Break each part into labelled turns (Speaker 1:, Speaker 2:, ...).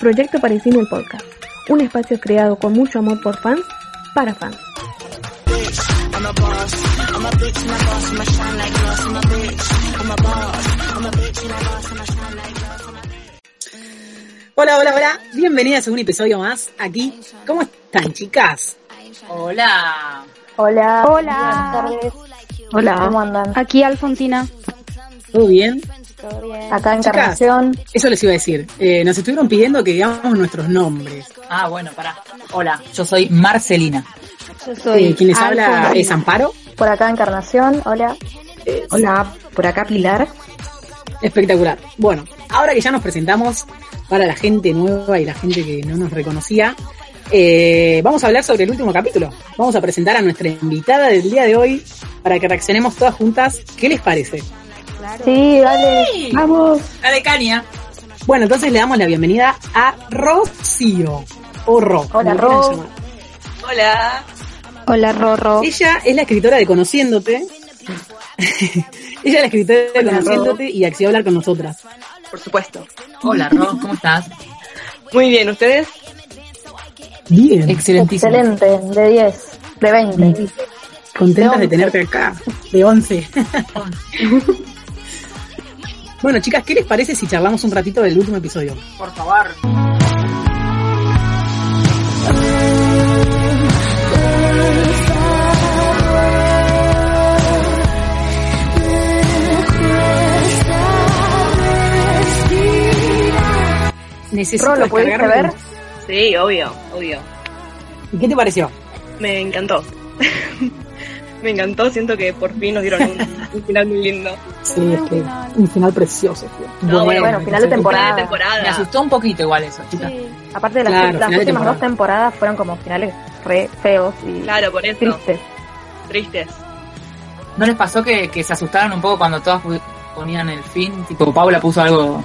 Speaker 1: Proyecto Parisino el Podcast. Un espacio creado con mucho amor por fans para fans.
Speaker 2: Hola, hola, hola. Bienvenidas a un episodio más aquí. ¿Cómo están, chicas?
Speaker 3: Hola.
Speaker 4: Hola.
Speaker 1: Hola.
Speaker 4: Buenas tardes.
Speaker 1: Hola.
Speaker 4: ¿Cómo andan?
Speaker 5: Aquí Alfonsina.
Speaker 2: ¿Todo bien?
Speaker 4: ¿Todo bien? Acá en
Speaker 2: Chicas.
Speaker 4: Encarnación.
Speaker 2: Eso les iba a decir. Eh, nos estuvieron pidiendo que digamos nuestros nombres.
Speaker 3: Ah, bueno, pará. Hola, yo soy Marcelina.
Speaker 5: Yo
Speaker 2: Eh, quien les habla es Amparo.
Speaker 4: Por acá Encarnación. Hola.
Speaker 6: Hola, por acá Pilar.
Speaker 2: Espectacular. Bueno, ahora que ya nos presentamos para la gente nueva y la gente que no nos reconocía, eh, vamos a hablar sobre el último capítulo. Vamos a presentar a nuestra invitada del día de hoy para que reaccionemos todas juntas. ¿Qué les parece?
Speaker 4: Sí, dale.
Speaker 2: Vamos.
Speaker 3: La de Caña.
Speaker 2: Bueno, entonces le damos la bienvenida a Rocío. O Ro. como
Speaker 4: Hola,
Speaker 2: le quieran
Speaker 4: Ro.
Speaker 2: llamar.
Speaker 3: Hola.
Speaker 5: Hola, Rorro.
Speaker 2: Ella es la escritora de Conociéndote. Ella es la escritora de
Speaker 4: Hola, Ro.
Speaker 2: Conociéndote y accedió a hablar con nosotras.
Speaker 7: Por supuesto.
Speaker 3: Hola, Ro, ¿cómo estás?
Speaker 7: Muy bien, ¿ustedes?
Speaker 2: Bien.
Speaker 3: Excelentísimo.
Speaker 4: Excelente. De 10. De 20.
Speaker 2: Contentas de
Speaker 4: De
Speaker 2: tenerte acá, de 11. bueno, chicas, ¿qué les parece si charlamos un ratito del último episodio?
Speaker 3: Por favor.
Speaker 2: Necesito
Speaker 4: Ro, ¿lo pudiste
Speaker 2: descargarme
Speaker 4: ver?
Speaker 7: Sí, obvio, obvio.
Speaker 2: con- ¿Y qué te pareció?
Speaker 7: Me encantó. Me encantó, siento que por fin nos dieron un, un final muy lindo.
Speaker 2: Sí, es que un final precioso. tío.
Speaker 7: No, bueno,
Speaker 4: bueno, final de
Speaker 2: entonces-
Speaker 4: temporada.
Speaker 7: Final de
Speaker 3: Me
Speaker 7: temporada.
Speaker 3: asustó un poquito igual eso, chicas.
Speaker 4: Aparte de las,
Speaker 2: Claro,
Speaker 4: las
Speaker 2: final de
Speaker 4: últimas
Speaker 2: temporada.
Speaker 4: dos temporadas fueron como finales re feos y
Speaker 7: Claro, por eso.
Speaker 4: tristes.
Speaker 7: Tristes.
Speaker 3: ¿No les pasó que, que se asustaron un poco cuando todas pu- ponían el fin? Tipo, Paula puso algo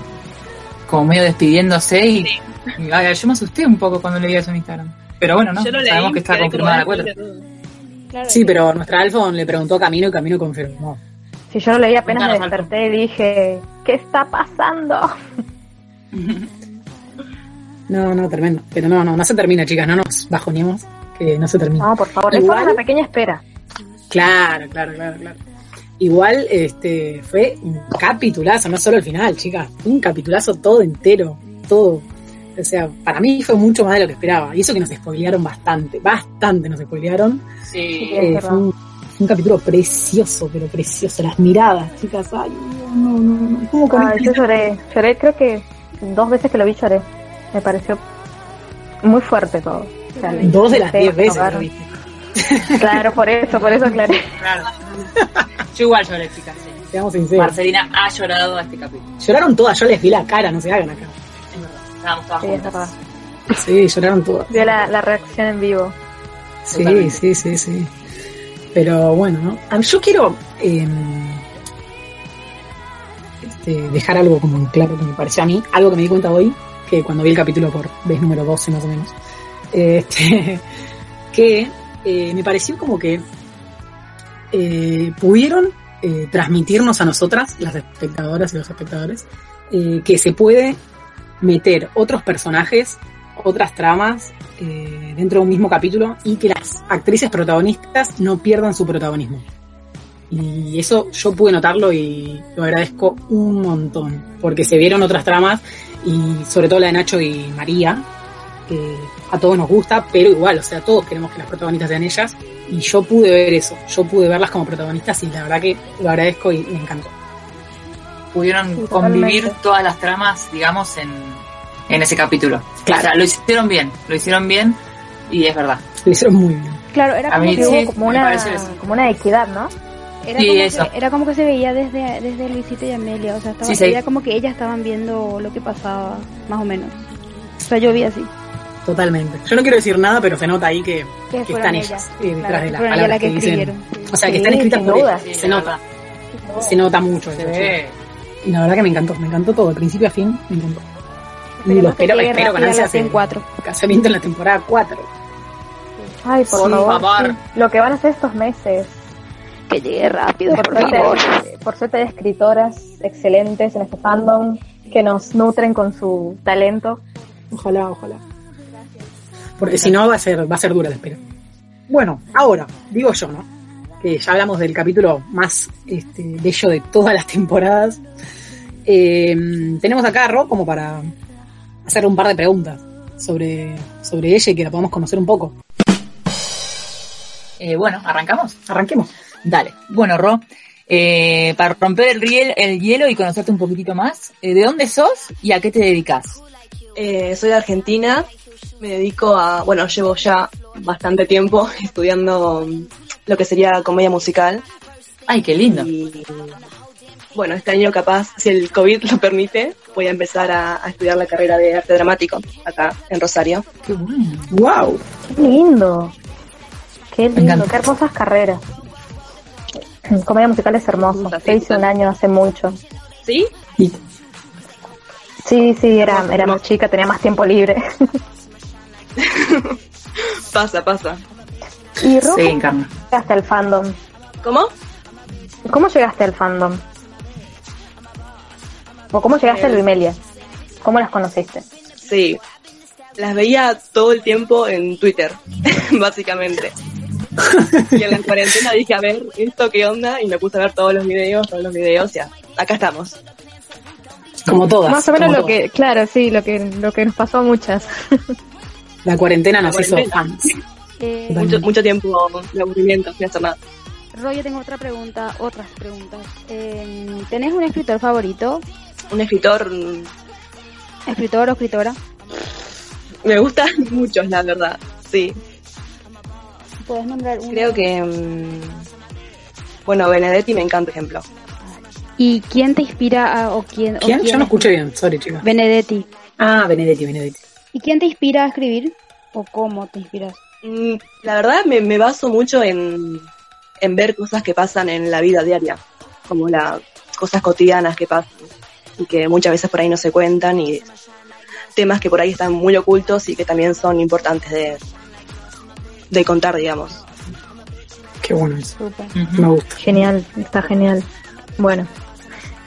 Speaker 3: como medio despidiéndose y,
Speaker 7: Sí.
Speaker 3: y, ay, yo me asusté un poco cuando leí eso en Instagram. Pero bueno, no,
Speaker 7: Yo lo leí.
Speaker 3: sabemos que está
Speaker 7: quedé como,
Speaker 3: confirmada
Speaker 7: "Ah,
Speaker 3: la cuota.
Speaker 7: mira".
Speaker 2: Sí, pero nuestra Alfon le preguntó a Camino y Camino confirmó.
Speaker 4: Si yo lo leí apenas me
Speaker 3: Contanos, Alfa.
Speaker 4: desperté y dije, ¿qué está pasando?
Speaker 2: No, no, tremendo. Pero no, no, no se termina, chicas, no nos bajoneemos, que no se termina.
Speaker 4: No, por favor, es
Speaker 2: Igual-
Speaker 4: una pequeña espera.
Speaker 2: Claro, claro, claro, claro. Igual este fue un capitulazo, no solo el final, chicas, un capitulazo todo entero, todo. O sea, para mí fue mucho más de lo que esperaba. Y eso que nos spoilearon bastante, bastante nos spoilearon.
Speaker 3: Sí.
Speaker 4: es
Speaker 2: Eh,
Speaker 4: verdad.
Speaker 2: fue un, un capítulo precioso, pero precioso. Las miradas, chicas, ay, no, no, no. este ¿Cómo
Speaker 4: Ay,
Speaker 2: comiste?
Speaker 4: yo Ah, lloré, lloré, creo que dos veces que lo vi lloré. Me pareció muy fuerte todo. O sea,
Speaker 2: Dos de las
Speaker 4: sí,
Speaker 2: diez veces.
Speaker 4: ahogaron.
Speaker 2: lo dije.
Speaker 4: Claro, por eso, por eso aclaré.
Speaker 3: Claro. Yo igual lloré, chicas. sí.
Speaker 2: Seamos sinceros.
Speaker 3: Marcelina ha llorado a este capítulo.
Speaker 2: Lloraron todas, yo les vi la cara, no se hagan acá.
Speaker 3: Estábamos todas
Speaker 4: Sí, es verdad.
Speaker 3: juntas.
Speaker 2: Sí, lloraron todas.
Speaker 4: Vio la, la reacción en vivo.
Speaker 2: Sí,
Speaker 3: Totalmente.
Speaker 2: sí, sí, sí. Pero bueno, ¿no? A mí- Yo quiero eh, este, dejar algo como en claro que me pareció a mí, algo que me di cuenta hoy, que cuando vi el capítulo por vez número 12 más o menos, este, que eh, me pareció como que eh, pudieron eh, transmitirnos a nosotras, las espectadoras y los espectadores, eh, que se puede meter otros personajes, otras tramas eh, dentro de un mismo capítulo y que las actrices protagonistas no pierdan su protagonismo. Y eso yo pude notarlo y lo agradezco un montón, porque se vieron otras tramas y sobre todo la de Nacho y María, que a todos nos gusta, pero igual, o sea, todos queremos que las protagonistas sean ellas y yo pude ver eso, yo pude verlas como protagonistas y la verdad que lo agradezco y me encantó.
Speaker 3: Pudieron
Speaker 4: Sí,
Speaker 3: convivir
Speaker 4: totalmente.
Speaker 3: todas las tramas, digamos, en, en ese capítulo.
Speaker 2: Claro.
Speaker 3: O sea, lo hicieron bien, lo hicieron bien y es verdad.
Speaker 2: Lo hicieron muy bien.
Speaker 5: Claro, era
Speaker 3: A mí
Speaker 5: como
Speaker 4: Sí,
Speaker 5: que
Speaker 3: sí,
Speaker 4: hubo como
Speaker 3: me
Speaker 4: una,
Speaker 3: parece eso.
Speaker 4: como una equidad, ¿no?
Speaker 5: Era,
Speaker 3: Sí,
Speaker 5: como
Speaker 3: eso.
Speaker 5: Que, era como que se veía desde, desde Luisito y Amelia, o sea, estaba,
Speaker 3: Sí, sí.
Speaker 5: era como que ellas estaban viendo lo que pasaba, más o menos. O sea, yo vi así.
Speaker 2: Totalmente. Yo no quiero decir nada, pero se nota ahí que,
Speaker 5: Que
Speaker 2: que están ellas eh, detrás
Speaker 5: claro,
Speaker 2: de las
Speaker 5: fueron ellas
Speaker 2: palabras
Speaker 5: las
Speaker 2: que,
Speaker 5: que
Speaker 2: dicen.
Speaker 5: escribieron.
Speaker 2: O sea, que
Speaker 4: Sí,
Speaker 2: están escritas
Speaker 4: sin
Speaker 2: por
Speaker 4: duda.
Speaker 2: ellas.
Speaker 3: Sí,
Speaker 2: Se
Speaker 3: la
Speaker 2: nota,
Speaker 3: verdad.
Speaker 2: se nota mucho.
Speaker 3: Se
Speaker 2: eso,
Speaker 3: ve.
Speaker 2: chicos. Y la verdad que me encantó, me encantó todo, de principio a fin, me encantó. Y lo espero, espero con ansias
Speaker 5: en
Speaker 2: el
Speaker 5: cuatro.
Speaker 2: casamiento en la temporada 4.
Speaker 4: Ay, por
Speaker 3: Sí,
Speaker 4: favor.
Speaker 3: favor.
Speaker 4: sí. Lo que van a hacer estos meses.
Speaker 5: Que llegue rápido,
Speaker 4: Por
Speaker 5: por
Speaker 4: suerte,
Speaker 5: favor.
Speaker 4: por suerte hay escritoras excelentes en este fandom que nos nutren con su talento.
Speaker 2: Ojalá, ojalá. Porque si no va a ser, va a ser dura la espera. Bueno, ahora, digo yo, ¿no? Que ya hablamos del capítulo más este, bello de todas las temporadas. Eh, tenemos acá a Ro como para hacer un par de preguntas sobre, sobre ella y que la podamos conocer un poco.
Speaker 3: Eh, bueno, arrancamos.
Speaker 2: Arranquemos.
Speaker 3: Dale. Bueno, Ro, eh, para romper el, riel- el hielo y conocerte un poquitito más, eh, ¿de dónde sos y a qué te dedicas?
Speaker 7: Eh, soy de Argentina, me dedico a, bueno, llevo ya bastante tiempo estudiando mm, lo que sería comedia musical.
Speaker 3: Ay, qué lindo.
Speaker 7: Y bueno, este año capaz, si el COVID lo permite, voy a empezar a, a estudiar la carrera de arte dramático acá en Rosario.
Speaker 3: Qué bueno.
Speaker 2: ¡Wow!
Speaker 4: ¡Qué lindo! ¡Qué lindo!
Speaker 3: encanta.
Speaker 4: ¡Qué hermosas carreras! Comedia musical es hermoso.
Speaker 7: Gusta,
Speaker 4: Yo hice
Speaker 7: gusta.
Speaker 4: un año hace mucho.
Speaker 7: ¿Sí?
Speaker 4: Sí, sí, era, era
Speaker 7: No.
Speaker 4: más chica, tenía más tiempo libre.
Speaker 7: Pasa, pasa.
Speaker 4: ¿Y Ro,
Speaker 3: Sí,
Speaker 4: cómo
Speaker 3: Encarna.
Speaker 4: llegaste al fandom?
Speaker 7: ¿Cómo?
Speaker 4: ¿Cómo llegaste al fandom? ¿O cómo llegaste a
Speaker 7: Eh.
Speaker 4: Luimelia? ¿Cómo las conociste?
Speaker 7: Sí. Las veía todo el tiempo en Twitter, básicamente. Y en la cuarentena dije, a ver, ¿esto qué onda? Y me puse a ver todos los videos, todos los videos, ya. Acá estamos.
Speaker 2: Como todas.
Speaker 4: Más o menos
Speaker 2: como
Speaker 4: lo
Speaker 2: todas.
Speaker 4: que, claro, sí, lo que, lo que nos pasó a muchas.
Speaker 2: La cuarentena nos
Speaker 7: La
Speaker 2: hizo
Speaker 7: cuarentena.
Speaker 2: fans.
Speaker 5: Eh,
Speaker 2: Totalmente.
Speaker 7: Mucho, mucho tiempo de aburrimiento, sin hacer nada.
Speaker 5: Roy, yo tengo otra pregunta, otras preguntas. Eh, ¿Tenés un escritor favorito?
Speaker 7: Un escritor mm,
Speaker 5: ¿Escritor o escritora?
Speaker 7: me gusta muchos, la verdad. Sí.
Speaker 5: ¿Puedes nombrar uno?
Speaker 7: Creo que. mm, bueno, Benedetti me encanta, ejemplo.
Speaker 5: ¿Y quién te inspira a, o quién? o
Speaker 2: ¿Quién? Yo
Speaker 5: quiénes?
Speaker 2: no escuché bien, sorry, chicas.
Speaker 5: Benedetti.
Speaker 2: Ah, Benedetti, Benedetti.
Speaker 5: ¿Y quién te inspira a escribir? ¿O cómo te inspiras?
Speaker 7: Mm, La verdad me, me baso mucho en, en ver cosas que pasan en la vida diaria, como las cosas cotidianas que pasan y que muchas veces por ahí no se cuentan y temas que por ahí están muy ocultos y que también son importantes de, de contar, digamos.
Speaker 2: Qué bueno eso.
Speaker 5: Súper.
Speaker 2: Me gusta.
Speaker 4: Genial, está genial. Bueno.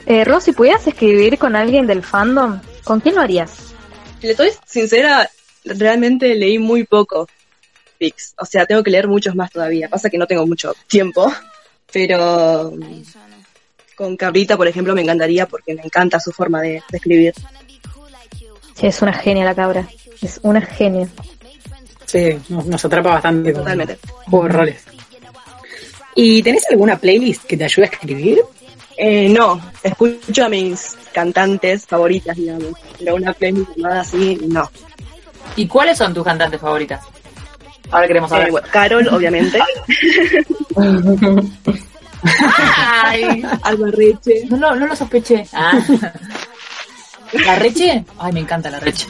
Speaker 4: Eh, Ro, si pudieras escribir con alguien del fandom, ¿con quién lo harías?
Speaker 7: Si le soy sincera, realmente leí muy poco Pix, o sea, tengo que leer muchos más todavía, pasa que no tengo mucho tiempo, pero mm, con Cabrita, por ejemplo, me encantaría porque me encanta su forma de- de escribir.
Speaker 4: Sí, es una genia la cabra. Es una genia.
Speaker 2: Sí, nos, nos atrapa bastante. con
Speaker 7: Totalmente.
Speaker 2: Juego de roles. ¿Y tenés alguna playlist que te ayude a escribir?
Speaker 7: Eh, no, escucho a mis cantantes favoritas, digamos, pero una playlist nada así, no.
Speaker 3: ¿Y cuáles son tus cantantes favoritas? Ahora queremos
Speaker 7: Eh,
Speaker 3: saber.
Speaker 7: bueno, Carol, obviamente,
Speaker 3: Ay,
Speaker 7: Alba Reche,
Speaker 3: no, lo, no lo sospeché. Ah. ¿La reche? Ay, me encanta la reche.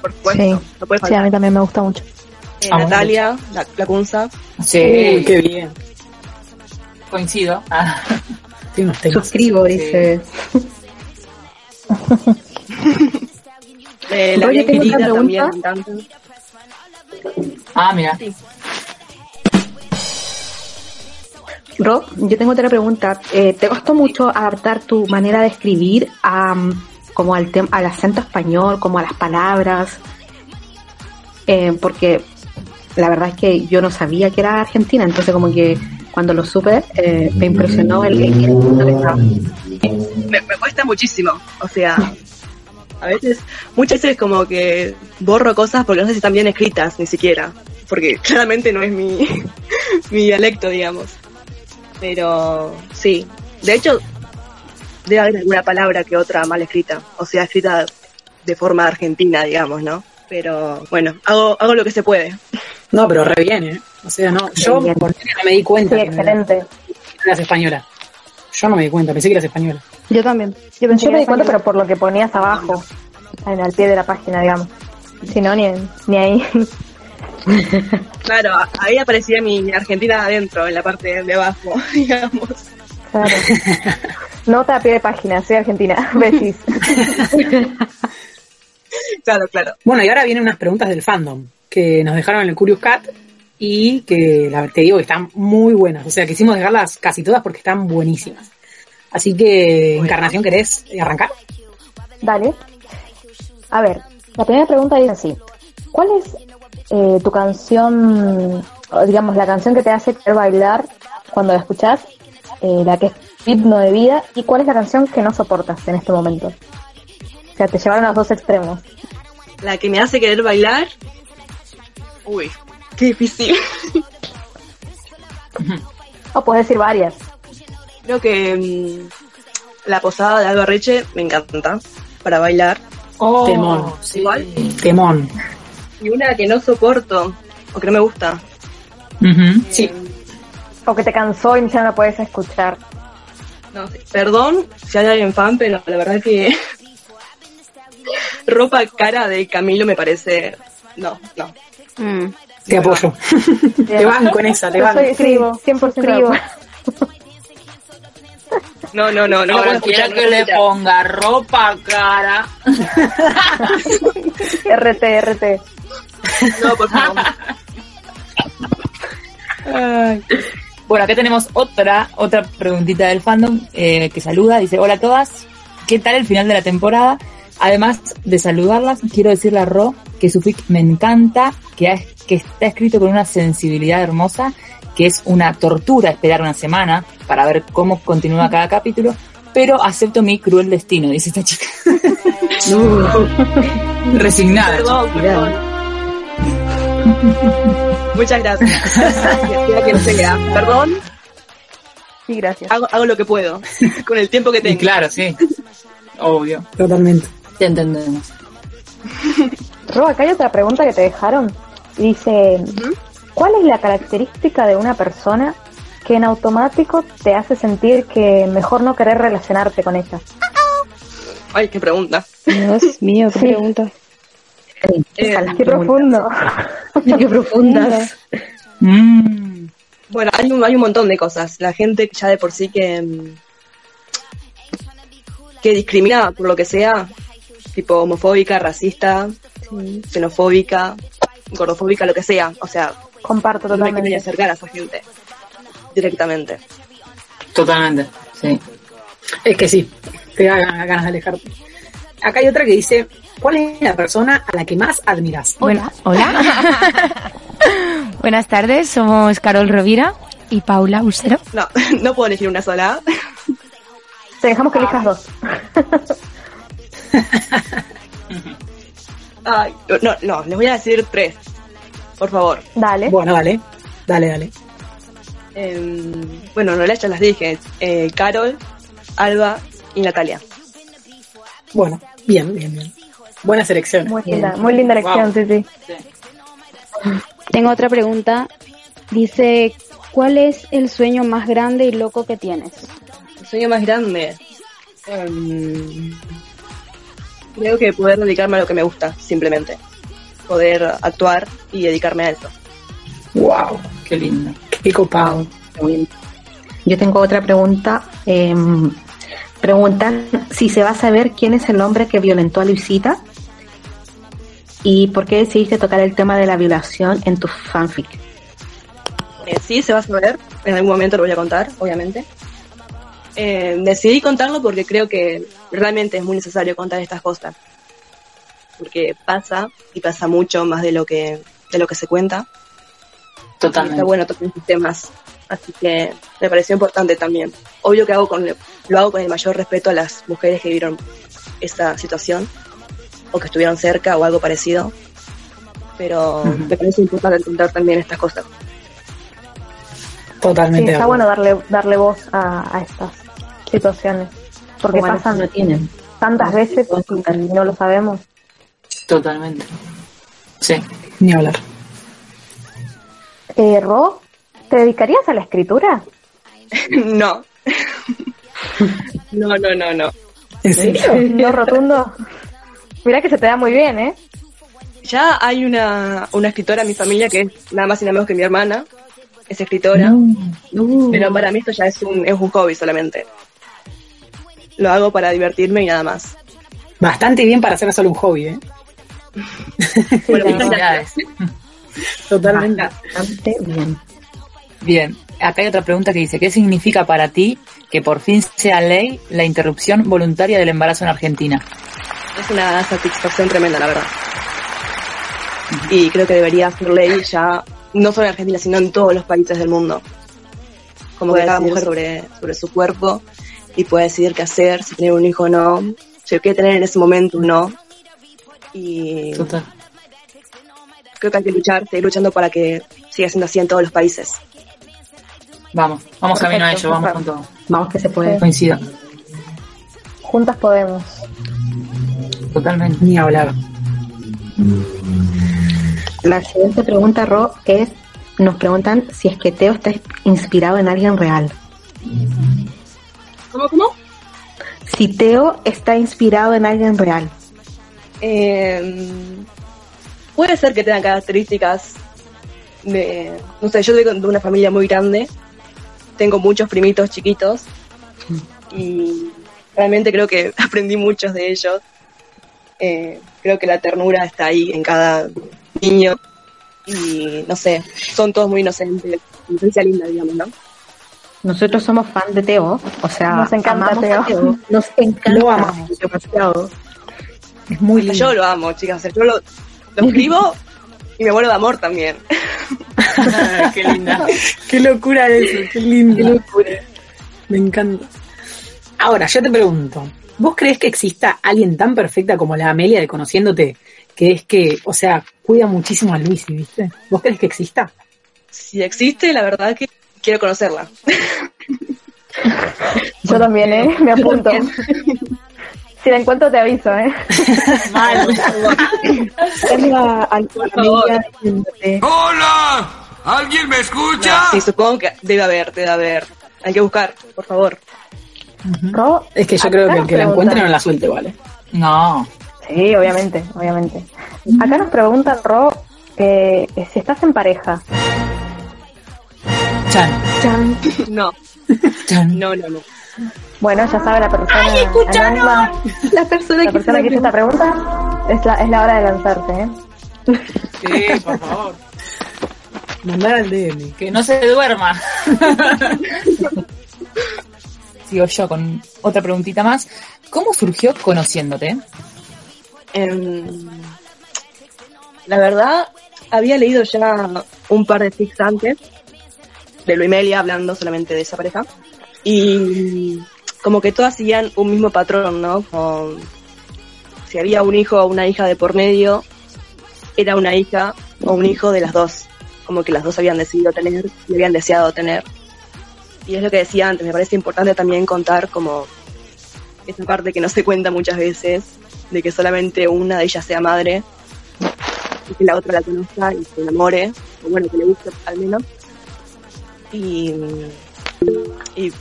Speaker 7: por supuesto,
Speaker 4: Sí.
Speaker 7: no puede
Speaker 4: Sí, a
Speaker 7: faltar.
Speaker 4: mí también me gusta mucho.
Speaker 7: Eh,
Speaker 3: Ah, bueno.
Speaker 7: Natalia, la, la Kunza,
Speaker 3: Sí,
Speaker 2: Uy, qué bien.
Speaker 3: coincido. Ah.
Speaker 2: Tiene unos temas.
Speaker 6: Suscribo, dice.
Speaker 7: eh, la
Speaker 4: Oye,
Speaker 7: bien
Speaker 4: tengo otra
Speaker 7: querida también,
Speaker 4: pregunta.
Speaker 7: me encanta.
Speaker 3: Ah, mira.
Speaker 6: Rob, yo tengo otra pregunta. Eh, ¿Te costó mucho adaptar tu manera de escribir a, mm, como al, tem- al acento español, como a las palabras? Eh, porque la verdad es que yo no sabía que era argentina, entonces como que cuando lo supe eh, me impresionó el, el- el-
Speaker 7: Me, me cuesta muchísimo, o sea, a veces, muchas veces como que borro cosas porque no sé si están bien escritas, ni siquiera, porque claramente no es mi, mi dialecto, digamos. Pero sí, de hecho, debe haber alguna palabra que otra mal escrita, o sea, escrita de forma argentina, digamos, ¿no? Pero bueno, hago, hago lo que se puede.
Speaker 2: No, pero re bien, ¿eh? O sea, no, yo
Speaker 6: Bien.
Speaker 2: por qué no me di cuenta
Speaker 4: Sí,
Speaker 2: que eras
Speaker 4: excelente.
Speaker 2: española. Yo no me di cuenta, pensé que eras española.
Speaker 5: Yo también. Yo pensé
Speaker 4: Yo
Speaker 5: que
Speaker 4: me di
Speaker 5: era
Speaker 4: cuenta,
Speaker 5: español.
Speaker 4: pero por lo que ponías abajo, en al pie de la página, digamos. Si no, ni, ni ahí.
Speaker 7: Claro, ahí aparecía mi Argentina adentro, en la parte de abajo, digamos.
Speaker 4: Claro. Nota a pie de página, soy argentina. Besis.
Speaker 7: Claro, claro.
Speaker 2: Bueno, y ahora vienen unas preguntas del fandom que nos dejaron en el Curious Cat y que la, te digo que están muy buenas. O sea, quisimos dejarlas casi todas porque están buenísimas. Así que, Encarnación, ¿querés arrancar?
Speaker 4: Dale. A ver, la primera pregunta dice así. ¿Cuál es eh, tu canción, o digamos, la canción que te hace querer bailar cuando la escuchas, la que es tu himno de vida, y cuál es la canción que no soportas en este momento? O sea, te llevaron a los dos extremos.
Speaker 7: La que me hace querer bailar. Uy, qué difícil.
Speaker 4: O puedes decir varias.
Speaker 7: Creo que mm, la posada de Alba Reche me encanta para bailar.
Speaker 3: Oh,
Speaker 2: Temón.
Speaker 3: sí.
Speaker 7: Igual.
Speaker 2: Temón.
Speaker 7: Y una que no soporto, o que no me gusta.
Speaker 3: Ujú.
Speaker 2: Sí.
Speaker 4: O que te cansó y ya no la puedes escuchar.
Speaker 7: No sé, Perdón si hay alguien fan, pero la verdad que ropa cara de Camilo me parece... No, no.
Speaker 5: Mm.
Speaker 2: Te apoyo. te banco en esa, te
Speaker 4: Yo
Speaker 2: banco.
Speaker 4: soy, sí, 100%
Speaker 5: suscribo.
Speaker 7: No, no, no, no.
Speaker 3: No,
Speaker 7: no
Speaker 3: cualquiera
Speaker 7: escuchar, no
Speaker 3: que le
Speaker 7: escuchar.
Speaker 3: ponga ropa cara.
Speaker 4: RT, RT.
Speaker 7: No, por favor.
Speaker 3: Ay. Bueno, acá tenemos otra, otra preguntita del fandom eh, que saluda, dice, hola a todas, ¿qué tal el final de la temporada? Además de saludarlas, quiero decirle a Ro que su fic me encanta, que, ha- que está escrito con una sensibilidad hermosa, que es una tortura esperar una semana para ver cómo continúa cada capítulo, pero acepto mi cruel destino, dice esta chica. Resignada.
Speaker 7: Perdón, perdón. Muchas gracias. Sea quien sea. Perdón,
Speaker 4: Sí, gracias.
Speaker 7: hago, hago lo que puedo con el tiempo que
Speaker 3: Y
Speaker 7: tengo.
Speaker 3: claro, sí. Obvio.
Speaker 2: Totalmente.
Speaker 3: Te entendemos.
Speaker 4: Ro, acá hay otra pregunta que te dejaron. Y Dice, ¿cuál es la característica de una persona que en automático te hace sentir que mejor no querer relacionarte con ella?
Speaker 7: Ay, qué pregunta.
Speaker 5: Dios mío, qué
Speaker 4: Sí.
Speaker 5: pregunta.
Speaker 7: Eh,
Speaker 4: Qué profundo.
Speaker 6: Qué profundas.
Speaker 3: Mm.
Speaker 7: bueno, hay un, hay un montón de cosas. La gente ya de por sí que, mm, que discrimina por lo que sea, tipo homofóbica, racista, xenofóbica, gordofóbica, lo que sea. O sea,
Speaker 4: Comparto
Speaker 7: no me quiero ni
Speaker 4: totalmente.
Speaker 7: acercar a esa gente directamente.
Speaker 3: Totalmente, sí.
Speaker 2: Es que sí, te da gan- ganas de alejarte. Acá hay otra que dice, ¿cuál es la persona a la que más admiras?
Speaker 8: Bueno, hola. Buenas tardes, somos Carol Rovira y Paula Usero.
Speaker 7: No, no puedo elegir una sola.
Speaker 4: Te dejamos que elijas dos.
Speaker 7: Ay, no, no, les voy a decir tres. Por favor.
Speaker 4: Dale.
Speaker 2: Bueno, dale, dale, dale.
Speaker 7: Em, bueno, no ya las dije. Eh, Carol, Alba y Natalia.
Speaker 2: Bueno, bien, bien, bien. Buena selección.
Speaker 4: Muy linda, muy linda elección,
Speaker 3: Wow.
Speaker 4: sí, sí.
Speaker 5: Tengo otra pregunta. Dice, ¿cuál es el sueño más grande y loco que tienes?
Speaker 7: El sueño más grande. em, creo que poder dedicarme a lo que me gusta, simplemente. Poder actuar y dedicarme a eso.
Speaker 2: Wow,
Speaker 3: Qué lindo.
Speaker 2: qué copado.
Speaker 6: Yo tengo otra pregunta. eh, preguntan si se va a saber quién es el hombre que violentó a Luisita y por qué decidiste tocar el tema de la violación en tu fanfic.
Speaker 7: Eh, sí, se va a saber. En algún momento lo voy a contar, obviamente. Eh, decidí contarlo porque creo que realmente es muy necesario contar estas cosas. Porque pasa y pasa mucho más de lo que, de lo que se cuenta. Y
Speaker 3: Totalmente.
Speaker 7: está bueno tocar estos temas. Así que me pareció importante también. Obvio que hago con lo hago con el mayor respeto a las mujeres que vivieron esta situación o que estuvieron cerca o algo parecido. Pero
Speaker 3: Ujú.
Speaker 7: me parece importante contar también estas cosas.
Speaker 4: Sí,
Speaker 2: Totalmente. de
Speaker 4: está
Speaker 2: acuerdo.
Speaker 4: bueno darle, darle voz a, a estas situaciones. Porque
Speaker 6: Como a los que
Speaker 4: pasan
Speaker 6: no tienen.
Speaker 4: tantas veces y no lo sabemos.
Speaker 3: Totalmente. Sí.
Speaker 2: Ni hablar.
Speaker 4: Eh, Ro, ¿te dedicarías a la escritura?
Speaker 7: no. no, no, no, no.
Speaker 2: ¿En serio?
Speaker 4: No rotundo. Mirá que se te da muy bien, ¿eh?
Speaker 7: Ya hay una, una escritora en mi familia que es nada más y nada menos que mi hermana. Es escritora. Pero para mí esto ya es un, es un hobby solamente. Lo hago para divertirme y nada más.
Speaker 2: Bastante bien para hacer solo un hobby, ¿eh?
Speaker 7: Bueno,
Speaker 4: la
Speaker 7: muchas
Speaker 4: verdad.
Speaker 7: gracias.
Speaker 2: Totalmente.
Speaker 4: Bastante bien.
Speaker 3: Bien, acá hay otra pregunta que dice, ¿qué significa para ti que por fin sea ley la interrupción voluntaria del embarazo en Argentina?
Speaker 7: Es una satisfacción tremenda, la verdad. Y creo que debería ser ley ya, no solo en Argentina, sino en todos los países del mundo. Como que cada mujer sobre, sobre su cuerpo y puede decidir qué hacer, si tener un hijo o no, si lo quiere tener en ese momento o no. Y
Speaker 3: Total.
Speaker 7: creo que hay que luchar, seguir luchando para que siga siendo así en todos los países.
Speaker 3: Vamos, vamos camino a
Speaker 4: Perfecto,
Speaker 3: ello, vamos con
Speaker 4: perfecto.
Speaker 3: todo.
Speaker 6: Vamos que se puede.
Speaker 3: Coincido,
Speaker 4: Juntas podemos.
Speaker 3: totalmente.
Speaker 2: Ni hablar.
Speaker 6: La siguiente pregunta, Ro, es, nos preguntan si es que Teo está inspirado en alguien real.
Speaker 7: ¿Cómo, cómo?
Speaker 6: Si Teo está inspirado en alguien real.
Speaker 7: Eh, puede ser que tengan características de, no sé, yo vengo de una familia muy grande, tengo muchos primitos chiquitos y realmente creo que aprendí muchos de ellos. Eh, creo que la ternura está ahí en cada niño y no sé, son todos muy inocentes, inocencia linda, digamos, ¿no?
Speaker 6: Nosotros somos fan de Teo, o sea,
Speaker 4: Nos encanta
Speaker 6: amamos
Speaker 4: Teo.
Speaker 6: a Nos encanta.
Speaker 2: Lo amamos
Speaker 6: demasiado.
Speaker 2: Es muy
Speaker 7: Hasta
Speaker 2: lindo.
Speaker 7: yo lo amo, chicas, o sea, yo lo, lo escribo y me vuelvo de amor también.
Speaker 3: Qué linda.
Speaker 2: Qué locura eso, qué lindo. Qué locura. Me encanta. Ahora, yo te pregunto, ¿vos crees que exista alguien tan perfecta como la Amelia de Conociéndote? Que es que, o sea, cuida muchísimo a Luis, ¿viste? ¿Vos crees que exista?
Speaker 7: Si existe, la verdad que quiero conocerla.
Speaker 4: Yo también, ¿eh? Me apunto. Si la encuentro te aviso, ¿eh?
Speaker 6: Saluda al-
Speaker 7: favor.
Speaker 6: a la Amelia.
Speaker 9: ¡Hola! ¿Alguien me escucha?
Speaker 7: Sí, supongo que debe haber, debe haber. Hay que buscar, por favor.
Speaker 4: Ro,
Speaker 2: Es que yo creo que el que la encuentre no la suelte, ¿vale?
Speaker 3: Ah, No,
Speaker 4: Sí, obviamente, obviamente. Acá nos preguntan, Ro, eh, si estás en pareja.
Speaker 3: chan,
Speaker 7: No,
Speaker 3: chan.
Speaker 7: no, no, no.
Speaker 4: Bueno, ya sabe la persona. anónima,
Speaker 6: La persona
Speaker 4: la
Speaker 6: que
Speaker 4: persona que hizo esta pregunta es la, es la hora de lanzarse, ¿eh?
Speaker 3: Sí, por favor.
Speaker 2: Mandar al DM.
Speaker 3: Que no se duerma. Sigo yo con otra preguntita más. ¿Cómo surgió conociéndote?
Speaker 7: Em, la verdad, había leído ya un par de fics antes de Luimelia hablando solamente de esa pareja. Y como que todas seguían un mismo patrón, ¿no? Con- si había un hijo o una hija de por medio, era una hija o un hijo de las dos. Como que las dos habían decidido tener y habían deseado tener. Y es lo que decía antes, me parece importante también contar como esta parte que no se cuenta muchas veces, de que solamente una de ellas sea madre y que la otra la conozca y se enamore, o bueno, que le guste al menos. Y, y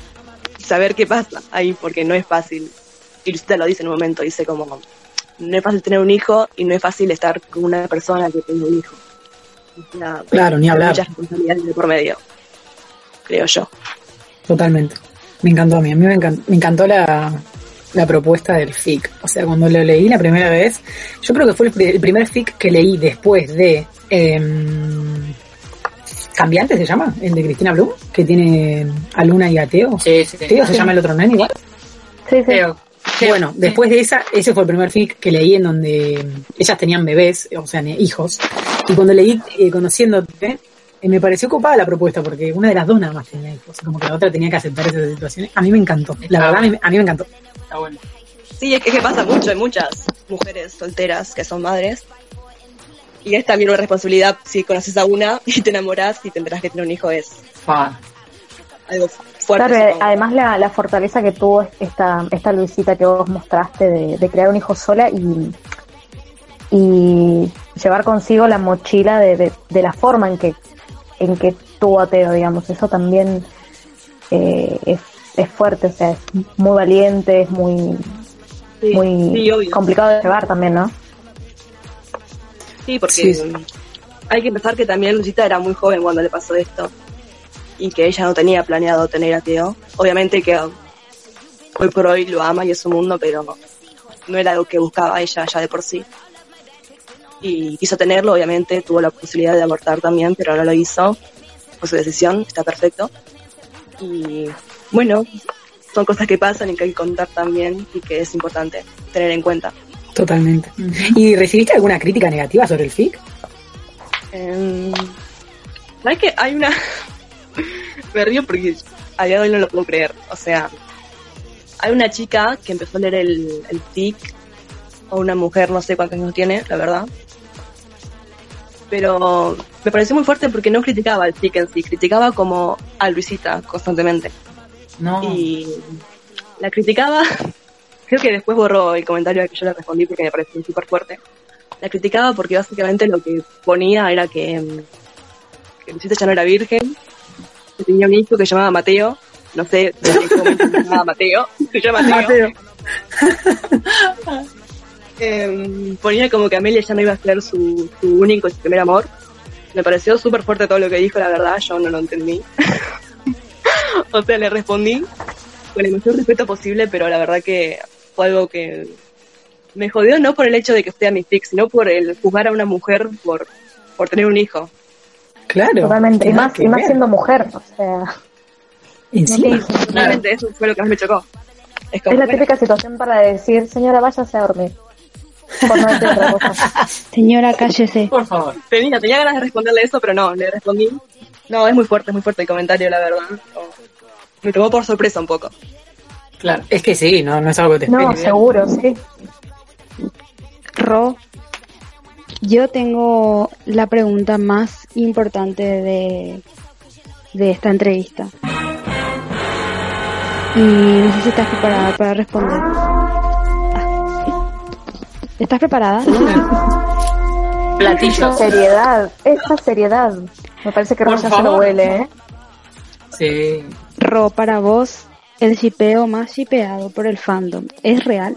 Speaker 7: saber qué pasa ahí, porque no es fácil. Y Lucita lo dice en un momento, dice como, no es fácil tener un hijo y no es fácil estar con una persona que tenga un hijo. O sea,
Speaker 2: Claro, ni
Speaker 7: hay
Speaker 2: hablar.
Speaker 7: Muchas responsabilidades de por medio, creo yo.
Speaker 2: Totalmente. Me encantó a mí. A mí me, encan- me encantó la, la propuesta del fic. O sea, cuando lo leí la primera vez, yo creo que fue el, pri- el primer fic que leí después de... em, ¿Cambiante se llama? El de Cristina Blum, que tiene a Luna y a Teo.
Speaker 3: Sí, sí.
Speaker 2: Teo se llama el otro nene igual.
Speaker 4: Sí, sí.
Speaker 2: Bueno, después de esa, ese fue el primer fic que leí en donde ellas tenían bebés, o sea, ne- hijos. Y cuando leí eh, Conociéndote, eh, me pareció copada la propuesta, porque una de las dos nada más tenía hijos. Como que la otra tenía que aceptar esas situaciones. A mí me encantó. La verdad, a mí, a mí me encantó.
Speaker 3: Está bueno.
Speaker 7: Sí, es que, es que pasa mucho, hay muchas mujeres solteras que son madres. Y es también una responsabilidad si conoces a una y te enamorás y tendrás que tener un hijo, es
Speaker 3: Fa.
Speaker 7: algo fuerte.
Speaker 4: Claro, eh,
Speaker 7: supongo.
Speaker 4: además la, la fortaleza que tuvo esta, esta Luisita que vos mostraste de, de crear un hijo sola y, y llevar consigo la mochila de, de- de la forma en que en que estuvo ateo, digamos. Eso también eh, es, es fuerte, o sea, es muy valiente, es muy,
Speaker 7: Sí,
Speaker 4: muy
Speaker 7: sí, obvio.
Speaker 4: complicado de llevar también, ¿no?
Speaker 7: Sí, porque
Speaker 4: Sí, sí.
Speaker 7: mm, hay que pensar que también Lucita era muy joven cuando le pasó esto y que ella no tenía planeado tener a Teo. Obviamente que um, hoy por hoy lo ama y es su mundo, pero no era algo que buscaba ella ya de por sí. Y quiso tenerlo, obviamente tuvo la posibilidad de abortar también, pero no lo hizo por su decisión, está perfecto. Y bueno, son cosas que pasan y que hay que contar también y que es importante tener en cuenta.
Speaker 2: Totalmente. ¿Y recibiste alguna crítica negativa sobre el FIC?
Speaker 7: Em, ¿Sabes que Hay una. Me río porque a día de hoy no lo puedo creer. O sea, hay una chica que empezó a leer el, el TIC, o una mujer, no sé cuántos años tiene, la verdad. Pero me pareció muy fuerte porque no criticaba el TIC en sí, criticaba como a Luisita constantemente.
Speaker 3: No.
Speaker 7: Y la criticaba, creo que después borró el comentario al que yo le respondí porque me pareció súper fuerte. La criticaba porque básicamente lo que ponía era que, mm, que Lucita ya no era virgen, que tenía un hijo que se llamaba Mateo, no sé cómo se llamaba Mateo, se llama
Speaker 2: Ah,
Speaker 7: Mateo. Em, ponía como que Amelia ya no iba a ser su, su único y su primer amor. Me pareció súper fuerte todo lo que dijo, la verdad, yo no lo entendí. o sea, le respondí con el mayor respeto posible, pero la verdad que fue algo que me jodió no por el hecho de que sea mi fix, sino por el juzgar a una mujer por, por tener un hijo.
Speaker 2: Claro.
Speaker 4: Totalmente, y
Speaker 2: Nada
Speaker 4: más,
Speaker 2: que
Speaker 4: y más
Speaker 2: ver.
Speaker 4: siendo mujer, o sea,
Speaker 2: Encima.
Speaker 4: no tiene-
Speaker 7: Realmente eso fue lo que más me chocó. Es como,
Speaker 4: es la
Speaker 7: bueno,
Speaker 4: típica situación para decir, señora, váyase a dormir. Por no decir otra cosa.
Speaker 5: Señora, cállese.
Speaker 3: Por favor.
Speaker 7: tenía, tenía ganas de responderle eso, pero no, le respondí. No, es muy fuerte, es muy fuerte el comentario, la verdad. No. Me tomó por sorpresa un poco.
Speaker 2: Claro. Es que sí, no, no es algo que te
Speaker 4: No,
Speaker 2: esperes.
Speaker 4: seguro, sí.
Speaker 5: Ro, yo tengo la pregunta más importante de, de esta entrevista. Y no sé si estás preparada para responder. Ah. ¿Estás preparada?
Speaker 4: Esa
Speaker 3: Platillos.
Speaker 4: seriedad, esa seriedad. Me parece que
Speaker 2: Por
Speaker 4: Rosa se lo
Speaker 2: favor.
Speaker 4: huele, ¿eh?
Speaker 2: Sí.
Speaker 5: Ro, para vos, el shipeo más shipeado por el fandom, ¿es real?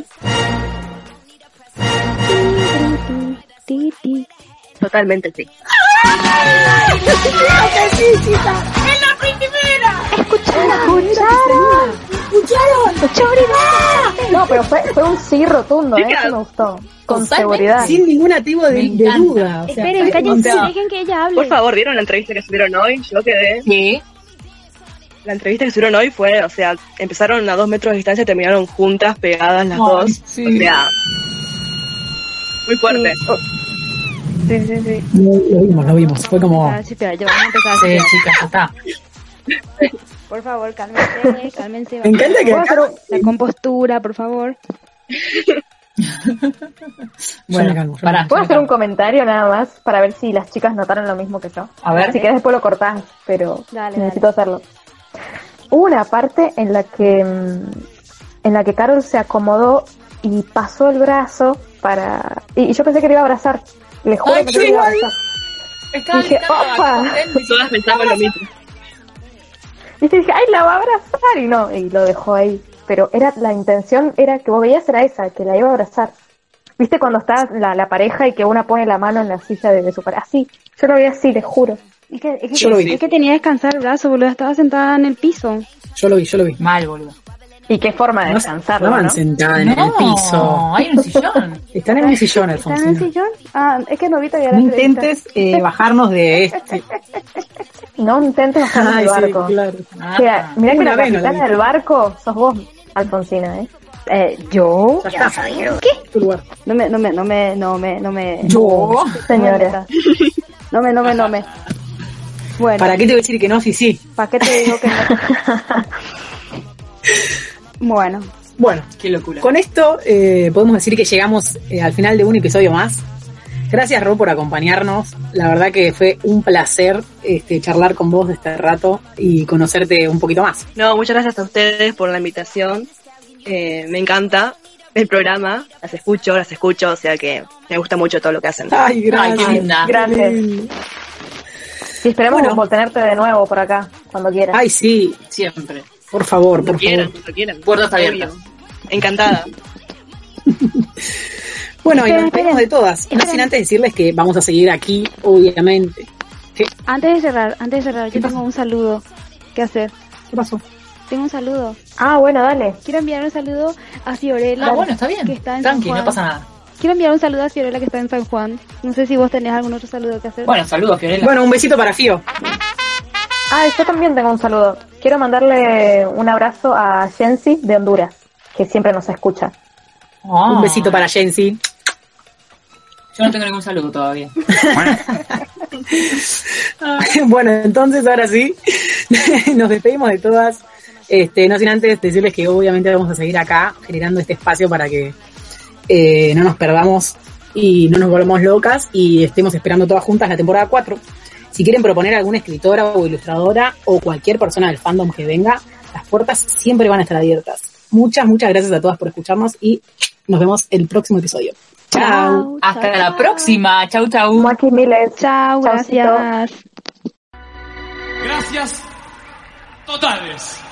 Speaker 5: Ti, ti, ti.
Speaker 7: Totalmente sí.
Speaker 4: No, pero fue, fue un sí rotundo, ¿eh?
Speaker 7: Chicas,
Speaker 4: Eso me gustó. Con
Speaker 3: totalmente
Speaker 4: seguridad.
Speaker 2: Sin ningún tipo de,
Speaker 3: Me
Speaker 2: de
Speaker 3: encanta.
Speaker 2: duda. O sea,
Speaker 5: Esperen, cállense,
Speaker 7: sea,
Speaker 5: dejen que ella hable.
Speaker 7: Por favor, ¿vieron la entrevista que subieron hoy? Yo quedé.
Speaker 3: Sí.
Speaker 7: La entrevista que subieron hoy fue, o sea, empezaron a dos metros de distancia y terminaron juntas, pegadas las
Speaker 3: Ay,
Speaker 7: dos.
Speaker 3: sí.
Speaker 7: O sea, muy fuerte.
Speaker 5: Sí, sí, sí.
Speaker 2: lo vimos, lo vimos. Fue
Speaker 3: Oh.
Speaker 2: como.
Speaker 5: Vamos a empezar a shipear, yo, vamos a empezar a
Speaker 2: Sí,
Speaker 5: shipear.
Speaker 2: chicas, ya está.
Speaker 5: Por favor, cálmense, cálmense.
Speaker 2: Me encanta que
Speaker 5: Por
Speaker 2: acá-
Speaker 5: favor, La compostura, por favor.
Speaker 2: Yo me
Speaker 3: Bueno,
Speaker 2: calmo, yo
Speaker 3: pará.
Speaker 2: me
Speaker 4: ¿Puedo hacer un comentario nada más para ver si las chicas notaron lo mismo que yo?
Speaker 3: A ver.
Speaker 4: Si querés después lo cortás, pero
Speaker 5: Dale,
Speaker 4: necesito hacerlo. Hubo una parte en la que mm, en la que Carol se acomodó y pasó el brazo para y, y yo pensé que le iba a abrazar. Le juro
Speaker 3: Ay,
Speaker 4: que
Speaker 3: yo
Speaker 4: le iba a
Speaker 3: igual.
Speaker 4: abrazar.
Speaker 3: Estaba
Speaker 4: Dije, "Opa".
Speaker 7: Todas pensaban lo mismo.
Speaker 4: Y dije, ay, la va a abrazar y no, y lo dejó ahí. Pero era la intención era que vos veías era esa, que la iba a abrazar. ¿Viste cuando está la, la pareja y que una pone la mano en la silla de, de su pareja? Así, yo lo veía así, les juro.
Speaker 5: Es que, es que,
Speaker 2: Yo lo vi.
Speaker 5: es que tenía que descansar el brazo, boludo. Estaba sentada en el piso.
Speaker 2: Yo lo vi, yo lo vi.
Speaker 3: Mal, boludo.
Speaker 4: Y qué forma de
Speaker 2: No
Speaker 4: descansarlo,
Speaker 2: estaban
Speaker 4: ¿no?
Speaker 2: sentadas en el piso.
Speaker 3: hay un sillón.
Speaker 2: Están en un sillón,
Speaker 5: ¿Está en el
Speaker 2: Alfonsina.
Speaker 5: sillón? Ah, es que no vi todavía la
Speaker 2: No
Speaker 5: entrevista.
Speaker 2: intentes eh, bajarnos de este.
Speaker 4: No intentes bajar
Speaker 2: Ay,
Speaker 4: del
Speaker 2: sí,
Speaker 4: barco.
Speaker 2: claro.
Speaker 3: Ah,
Speaker 4: Mira, mirá que
Speaker 2: Una
Speaker 4: la
Speaker 2: vez no la
Speaker 4: capitana
Speaker 2: vi.
Speaker 4: del barco sos vos, Alfonsina, ¿eh?
Speaker 5: ¿Yo?
Speaker 2: Ya está. Tu lugar.
Speaker 5: No me, no me, no me, no me, no me...
Speaker 2: Yo.
Speaker 4: Señora.
Speaker 5: No me, no me, no me. Bueno,
Speaker 2: ¿Para
Speaker 5: ¿para,
Speaker 2: qué te voy a decir que no? Sí, sí.
Speaker 5: qué te digo que no? bueno,
Speaker 2: Bueno,
Speaker 3: qué locura.
Speaker 2: con esto eh, podemos decir que llegamos eh, al final de un episodio más. Gracias, Ro, por acompañarnos. La verdad que fue un placer este, charlar con vos de este rato y conocerte un poquito más.
Speaker 7: No, muchas gracias a ustedes por la invitación. Eh, me encanta el programa. Las escucho, las escucho, o sea que me gusta mucho todo lo que hacen.
Speaker 2: Ay,
Speaker 3: Ay, qué linda.
Speaker 4: Gracias. Y esperemos
Speaker 2: Ah, Bueno.
Speaker 4: voltenerte de nuevo por acá, cuando quieras.
Speaker 2: Ay, sí,
Speaker 3: Siempre.
Speaker 2: por favor,
Speaker 7: Lo
Speaker 2: por
Speaker 7: quieran,
Speaker 2: favor.
Speaker 7: lo quieran.
Speaker 3: Puertas
Speaker 7: Obvio.
Speaker 3: abiertas.
Speaker 7: Encantada.
Speaker 2: Bueno, y nos
Speaker 5: Espera,
Speaker 2: despedimos
Speaker 5: espera.
Speaker 2: de todas. No
Speaker 5: Espera.
Speaker 2: sin antes decirles que vamos a seguir aquí, obviamente.
Speaker 5: Antes de cerrar, antes de cerrar, yo tengo un saludo que hacer.
Speaker 2: ¿Qué pasó?
Speaker 5: Tengo un saludo.
Speaker 4: Ah, bueno, dale.
Speaker 5: Quiero enviar un saludo a Fiorella.
Speaker 3: Ah, bueno, está bien.
Speaker 5: Que está en
Speaker 3: Tranqui,
Speaker 5: San Juan.
Speaker 3: no pasa nada.
Speaker 5: Quiero enviar un saludo a Fiorella que está en San Juan. No sé si vos tenés algún otro saludo que hacer.
Speaker 3: Bueno, saludos, Fiorella.
Speaker 2: Bueno, un besito para Fío.
Speaker 4: Ah, yo también tengo un saludo. Quiero mandarle un abrazo a Jensi de Honduras, que siempre nos escucha.
Speaker 3: Ah.
Speaker 2: Un besito para Jensi.
Speaker 3: Yo no tengo ningún saludo todavía.
Speaker 2: bueno, entonces ahora sí, nos despedimos de todas. Este, no sin antes decirles que obviamente vamos a seguir acá generando este espacio para que eh, no nos perdamos y no nos volvamos locas y estemos esperando todas juntas la temporada 4. Si quieren proponer alguna escritora o ilustradora o cualquier persona del fandom que venga, las puertas siempre van a estar abiertas. Muchas, muchas gracias a todas por escucharnos y nos vemos el próximo episodio. Chao.
Speaker 3: Hasta la próxima. Chau, chau.
Speaker 4: Maki Miles.
Speaker 5: Chao,
Speaker 4: Chaucito.
Speaker 5: gracias.
Speaker 9: Gracias totales.